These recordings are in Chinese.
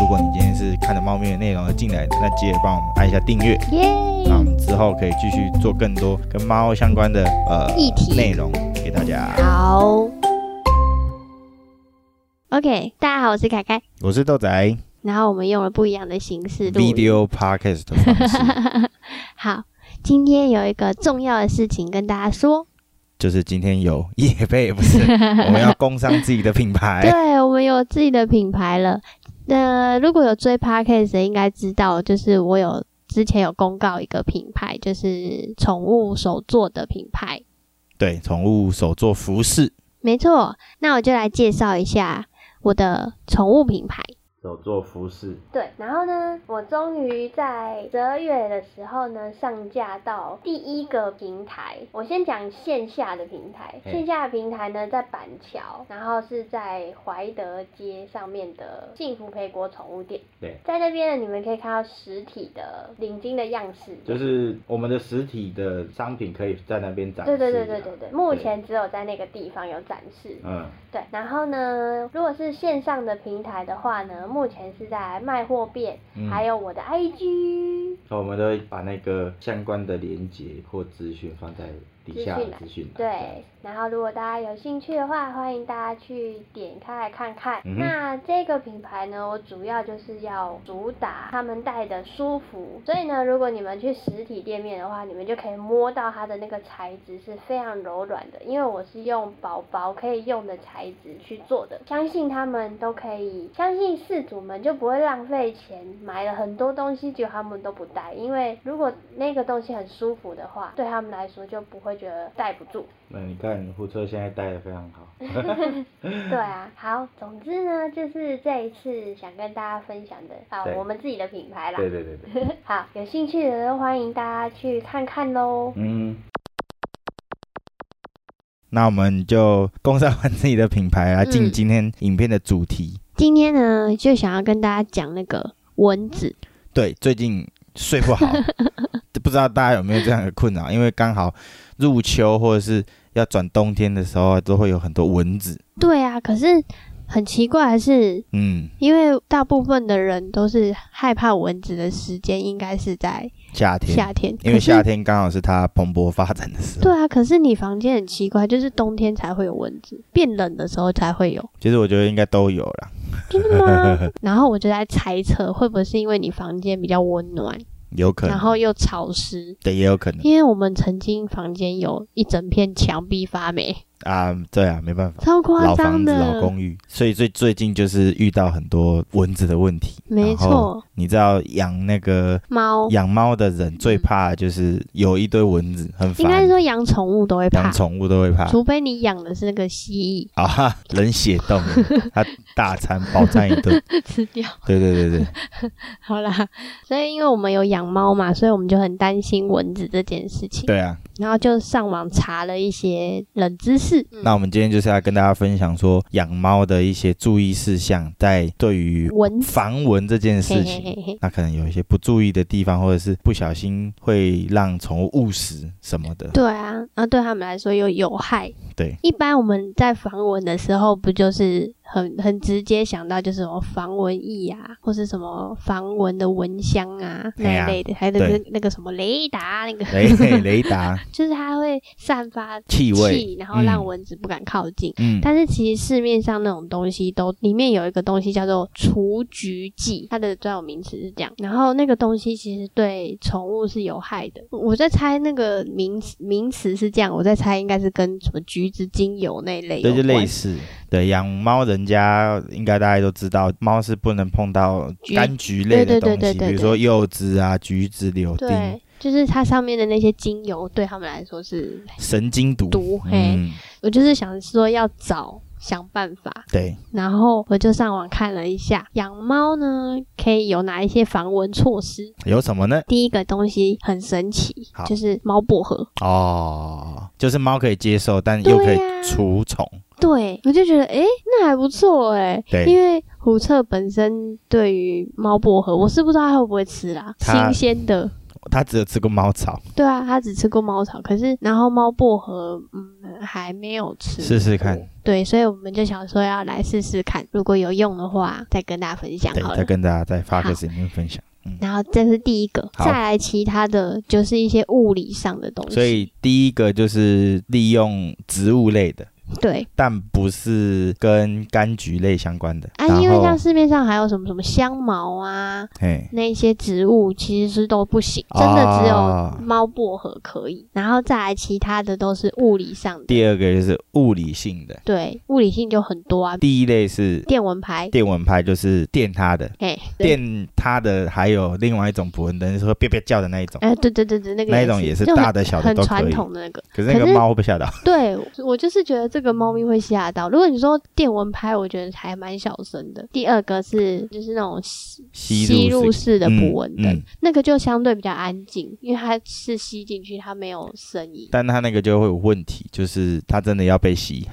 如果你今天是看了猫咪的内容而进来的，那记得帮我们按一下订阅，耶、那我们之后可以继续做更多跟猫相关的呃议题内容给大家。好，OK，大家好，我是凯凯。我是豆仔然后我们用了不一样的形式录音。 ，Video Podcast 的方式， 好，今天有一个重要的事情跟大家说，就是今天有夜配， 不是我们要工商自己的品牌，对我们有自己的品牌了。那、如果有追 Podcast 的，应该知道，就是我有之前有公告一个品牌，就是宠物手做的品牌。对，宠物手做服饰，没错，那我就来介绍一下我的宠物品牌。手做服饰，对，然后呢，我终于在十二月的时候呢，上架到第一个平台。我先讲线下的平台，嗯线下的平台呢在板桥，然后是在怀德街上面的幸福培国宠物店。对，在那边呢，你们可以看到实体的领巾的样式。就是我们的实体的商品可以在那边展啊对对对对对对，目前只有在那个地方有展示。嗯，对，然后呢，如果是线上的平台的话呢，目前是在卖货店，嗯还有我的 IG。所以我们都会把那个相关的连接或资讯放在底下的资讯栏。对，然后如果大家有兴趣的话，欢迎大家去点开来看看。嗯哼那这个品牌呢，我主要就是要主打他们带的舒服，所以呢，如果你们去实体店面的话，你们就可以摸到它的那个材质是非常柔软的，因为我是用宝宝可以用的材质去做的，相信他们都可以，相信饲主们就不会浪费钱买了很多东西，结果他们都不带，因为如果那个东西很舒服的话，对他们来说就不会觉得带不住。那你看，你护车现在带的非常好。 对啊，好，总之呢，就是这一次想跟大家分享的啊对，我们自己的品牌啦。对对对对，好，有兴趣的人欢迎大家去看看喽。嗯。那我们就工商完自己的品牌，来进嗯今天影片的主题。今天呢，就想要跟大家讲那个蚊子。对，最近睡不 好，不知道大家有没有这样的困扰？因为刚好入秋或者是要转冬天的时候，都会有很多蚊子。对啊，可是很奇怪的是，嗯，因为大部分的人都是害怕蚊子的时间应该是在夏天，夏天，因为夏天。天刚好是它蓬勃发展的时候。对啊，可是你房间很奇怪，就是冬天才会有蚊子，变冷的时候才会有。其实我觉得应该都有啦，真的吗？然后我就在猜测，会不会是因为你房间比较温暖，有可能，然后又潮湿？对，也有可能因为我们曾经房间有一整片墙壁发霉，啊，对啊，没办法，超夸老房张子、老的。公寓，所以最最近就是遇到很多蚊子的问题。没然后错，你知道养那个猫养猫的人最怕的就是有一堆蚊子，很应该烦是，说养宠物都会怕养，宠物啊都会怕。除非你养的是那个蜥蜴，啊哈，冷血动 物，它大餐饱餐一顿。吃掉。对对对对， 嗯好啦，所以因为我们有养猫嘛，所以我们就很担心蚊子这件事情，对啊。然后就上网查了一些冷知识。那我们今天就是要跟大家分享说养猫的一些注意事项，在对于蚊子，防蚊这件事嘿情嘿。嘿嘿，那可能有一些不注意的地方，或者是不小心会让宠物误食什么的。对啊，然后对他们来说又有害。对，一般我们在防蚊的时候，不就是很很直接想到就是什么防蚊液啊，或是什么防蚊的蚊香啊哎呀那一类的，还有那个那个什么雷达那个，雷 雷达就是它会散发气味，气，然后让蚊子不敢靠近。嗯，但是其实市面上那种东西都里面有一个东西叫做除菊剂，它的专有名词是这样。然后那个东西其实对宠物是有害的。我在猜那个名词名词是这样，我在猜应该是跟什么橘子精油那一类有对，关。就类似。对，养猫人家应该大家都知道，猫是不能碰到橘柑橘类的对对东对西，对对比如说柚子啊、橘子、柳丁、对，就是它上面的那些精油对他们来说是神经毒。毒。嘿，嗯，我就是想说要找想办法，对，然后我就上网看了一下，养猫呢可以有哪一些防蚊措施。有什么呢？第一个东西很神奇好，就是猫薄荷。哦，就是猫可以接受，但又可以对呀除虫。对，我就觉得诶，那还不错诶，对因为虎彻本身对于猫薄荷，我是不知道它会不会吃啦，它新鲜的他只有吃过猫草，对啊，他只吃过猫草，可是然后猫薄荷，嗯，还没有吃。试试看。对，所以我们就想说要来试试看，如果有用的话，再跟大家分享对好，了再。跟大家在 f o 好 c u 里面分享。嗯，然后这是第一个，好再来其他的就是一些物理上的东西。所以第一个就是利用植物类的，对但不是跟柑橘类相关的。啊，因为像市面上还有什么什么香茅啊，哎，那一些植物其实是都不行，哦真的只啊有猫薄荷可以。然后再来其他的都是物理上的，第二个就是物理性的，对，物理性就很多啊，第一类是电蚊拍，电蚊拍，就是电它的，哎，对，电它的还有另外一种捕蚊灯，是会哔哔叫的那一种，哎，对对对对，那个那一种也是大的就小很的都很可传以。统的那个。可是那可个是猫会被吓到，对我就是觉得这个猫咪会吓到。如果你说电蚊拍，我觉得还蛮小声的。第二个是就是那种吸吸入入式式的捕蚊灯，嗯嗯那个就相对比较安静，因为它是吸进去，它没有声音。但它那个就会有问题，就是它真的要被吸。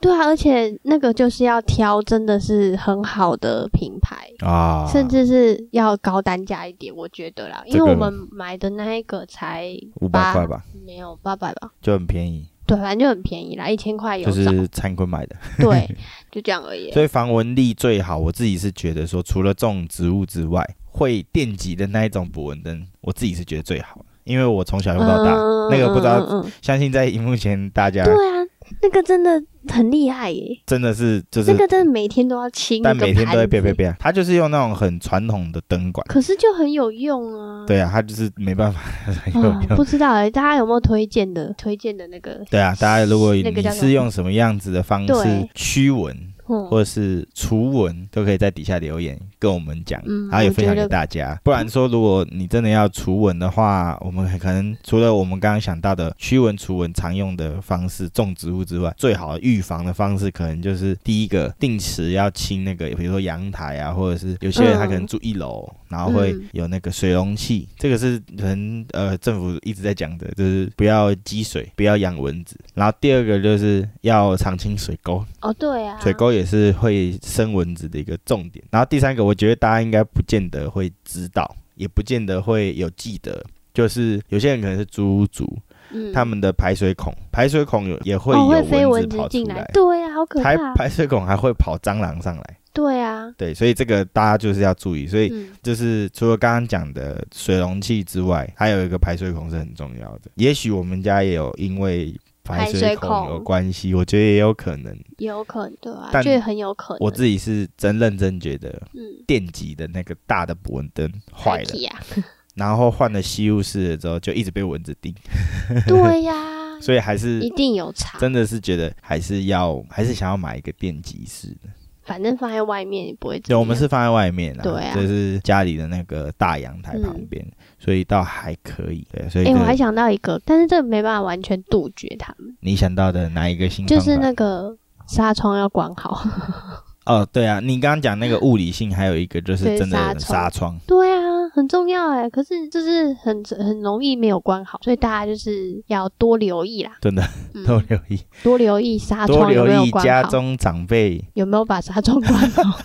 对啊，而且那个就是要挑真的是很好的品牌。啊，甚至是要高单价一点，我觉得啦，因这个为我们买的那一个才五百八块吧，没有八百吧，就很便宜，对，反正就很便宜啦，一千块有就找，是灿坤买的。 对，就这样而已。所以防蚊力最好，我自己是觉得说，除了种植物之外，会电极的那一种捕蚊灯，我自己是觉得最好的，因为我从小用到大，嗯那个不知道哎嗯嗯嗯相信在荧幕前大 家对啊，那个真的很厉害耶，真的是就是，那个真的每天都要清，但每天都会啪啪。啪，它就是用那种很传统的灯管。可是就很有用啊。对啊，它就是没办法，很有啊，用。不知道哎、大家有没有推荐的？推荐的那个，对啊，大家如果那个你叫什么是用什么样子的方式对驱蚊嗯，或者是除蚊，都可以在底下留言跟我们讲，嗯然后也我分享给觉得大家。不然说，如果你真的要除蚊的话，我们可能除了我们刚刚想到的驱蚊除蚊常用的方式种植物之外，最好预防的方式可能就是第一个定时要清那个，比如说阳台啊，或者是有些人他可能住一楼，然后会嗯有那个水容器，这个是可能呃政府一直在讲的，就是不要积水，不要养蚊子。然后第二个就是要常清水沟，哦，对啊，水沟也是会生蚊子的一个重点。然后第三个，我觉得大家应该不见得会知道，也不见得会有记得，就是有些人可能是租屋族，嗯，他们的排水孔，排水孔有也会哦会飞有蚊子子跑出进对啊，好可排怕，排水孔还会跑蟑螂上来，对啊，对，所以这个大家就是要注意。所以嗯，就是除了刚刚讲的水容器之外，还有一个排水孔是很重要的。也许我们家也有因为排排水水孔孔有关系，我觉得也有可能。有可能，对啊，但就很有可能，我自己是真认真觉得，嗯，电极的那个大的捕蚊灯坏了，呀，然后换了吸入式的之后，就一直被蚊子叮，对呀， 所以还嗯一是定有差，真的是觉得还是要还是想要买一个电极式嗯的。反正放在外面也不会怎对，样。我们是放在外面啦，对啊就是家里的那个大阳台旁边，所以倒还可以。对，所以哎、这我还个想到一个，但是这没办法完全杜绝它们，你想到的哪一个新方就法？是那个纱窗要管好。哦，对啊，你刚刚讲那个物理性，还有一个就是对真的纱有窗纱窗。对啊，很重要哎。可是就是很很容易没有关好，所以大家就是要多留意啦，真的嗯，多留意，多留意纱多窗有留没有意家关好，中长辈。有没有把纱窗关好。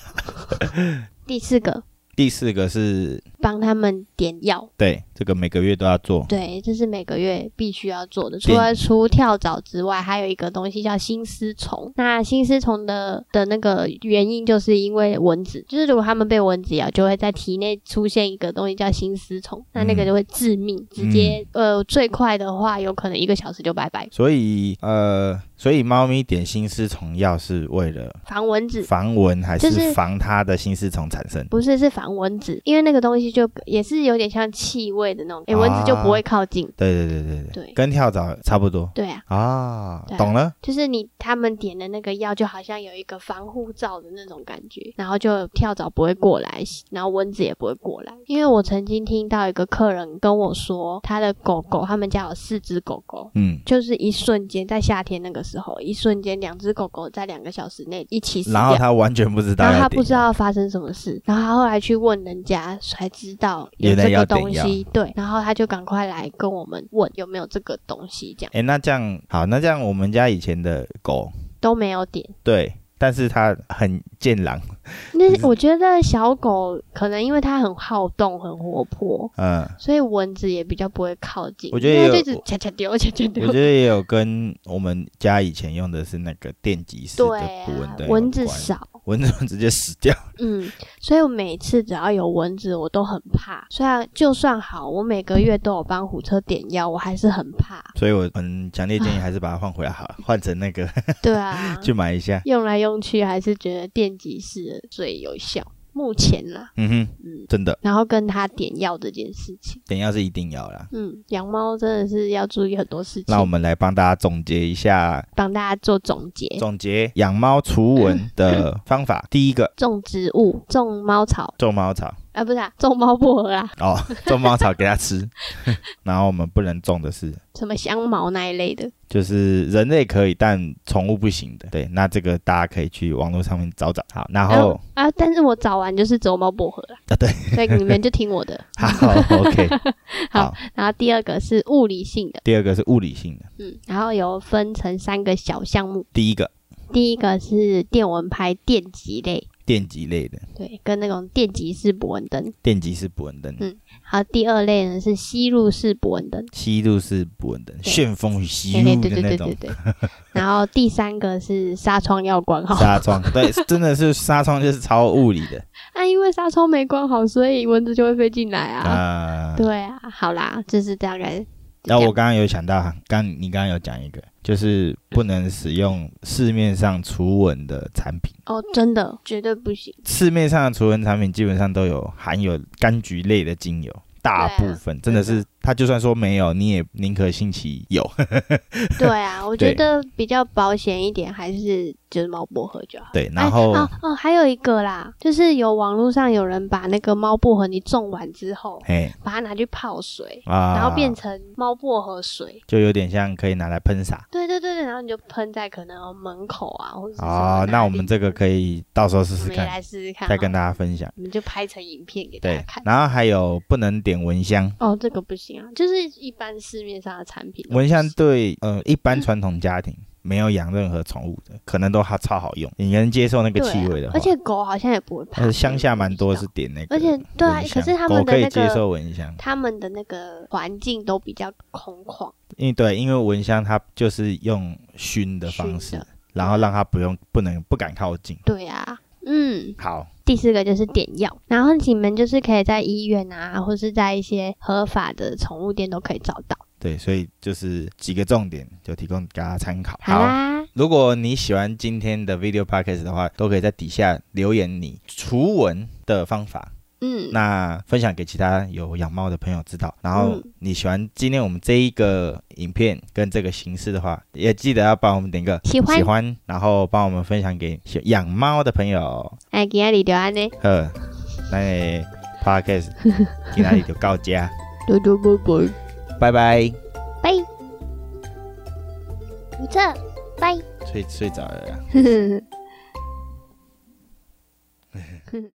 第四个，第四个是帮他们点药，对这个每个月都要做，对，这是每个月必须要做的。除点了除跳蚤之外，还有一个东西叫心丝虫。那心丝虫的的那个原因，就是因为蚊子，就是如果它们被蚊子咬，就会在体内出现一个东西叫心丝虫，那那个嗯就会致命，直接、呃最快的话，有可能一个小时就拜拜。所以呃，所以猫咪点心丝虫药是为了防蚊子。防蚊还就是是防它的心丝虫产生？不是，是防蚊子，因为那个东西就也是有点像气味的那种，诶、蚊子就不会靠近。对对对对对，对啊跟跳蚤差不多对啊，啊对，啊懂了。就是你他们点的那个药，就好像有一个防护罩的那种感觉，然后就跳蚤不会过来，然后蚊子也不会过来。因为我曾经听到一个客人跟我说，他的狗狗，他们家有四只狗狗。嗯，就是一瞬间，在夏天那个时候，一瞬间两只狗狗在两个小时内一起死然后掉，它完全不知道然后要他点不知道发生什么事，然后他后来去问人家，才知道有原来这要个点东西，对，然后他就赶快来跟我们问有没有这个东西，这样哎，那这样好，那这样我们家以前的狗都没有点，对，但是它很健朗，那嗯是我觉得小狗可能因为它很好动、很活泼，嗯，所以蚊子也比较不会靠近。我觉得因为它有就一直恰恰丢、恰恰我丢觉。得也有跟我们家以前用的是那个电极式的对捕蚊啊灯，有蚊子关，少，蚊子直接死掉。嗯，所以我每次只要有蚊子，我都很怕。虽然就算好，我每个月都有帮虎车点药，我还是很 怕。所以我很强烈建议还是把它换回来好了，换成那个对啊，去买一下。用来用去还是觉得电极式的最有效，目前啦。嗯哼，嗯真的，然后跟它点药这件事情，等一下是一定要啦。嗯，养猫真的是要注意很多事情那我。们来帮大家总结一下，帮大家做总结：总结养猫除蚊的方法。第一个，种植物、种猫草种猫草啊，不是啊，种猫薄荷啊，哦，种猫草给它吃。然后我们不能种的是，什么香茅那一类的。就是人类可以，但宠物不行的。对，那这个大家可以去网络上面找找。好，然然后后啊，但是我早晚就是走猫薄荷啦。啊对，所以你们就听我的。 好，OK，好。然后第二个是物理性的，第二个是物理性的，嗯，然后有分成三个小项目。第一个第一个是电蚊拍电极类，电极类的，对，跟那种电极式捕蚊灯。电极式捕蚊灯。嗯好，第二类呢是吸入式捕蚊灯，吸入式捕蚊灯，对旋风与吸嘿嘿入对的对那对种对对。然后第三个是纱窗要关好， 纱 窗，对，真的是纱窗就是超物理的那、啊因为纱窗没关好，所以蚊子就会飞进来啊。啊。对啊，好啦，就是大概。然后我刚刚有想到，刚你刚刚有讲一个，就是不能使用市面上除蚊的产品。哦，真的绝对不行。市面上的除蚊产品基本上都有含有柑橘类的精油，大对啊部分、真的是，它就算说没有，你也宁可信其 有。对啊，我对觉得比较保险一点，还是就是猫薄荷就好。对，然 后、哎、哦哦，还有一个啦，就是有网络上有人把那个猫薄荷你种完之后，嘿把它拿去泡水，啊，然后变成猫薄荷水。就有点像可以拿来喷洒。对对对对，然后你就喷在可能门口啊，或者是哦，那我们这个可以到时候试以我试们也看，来试试看哦，再跟大家分享。我们就拍成影片给大家对看，。然后还有不能点蚊香，哦，这个不行啊，就是一般市面上的产品都不行。蚊香对呃一般传统家庭没有养任何宠物的，可能都还超好用。你能接受那个对气味的啊，话，而且狗好像也不会怕。呃乡下蛮多是点那个而蚊香，且对啊，可是他们狗的可以那接个受蚊香，他们的那个环境都比较空旷，因为对，因为蚊香它就是用熏的方熏式的，然后让它不用不能不敢靠近。对啊。嗯，好，第四个就是点药，然后你们就是可以在医院啊，或是在一些合法的宠物店都可以找到。对，所以就是几个重点，就提供给大家参考。好啦，如果你喜欢今天的 video podcast 的话，都可以在底下留言你除蚊的方法，嗯，那分享给其他有养猫的朋友知道。然后嗯你喜欢今天我们这一个影片跟这个形式的话，也记得要帮我们点个喜欢喜欢，然后帮我们分享给喜养猫的朋友。哎，今天你就安呢，呵，那 podcast 今天就到家，多多拜拜，拜拜。拜，不错，拜。睡睡着了啦。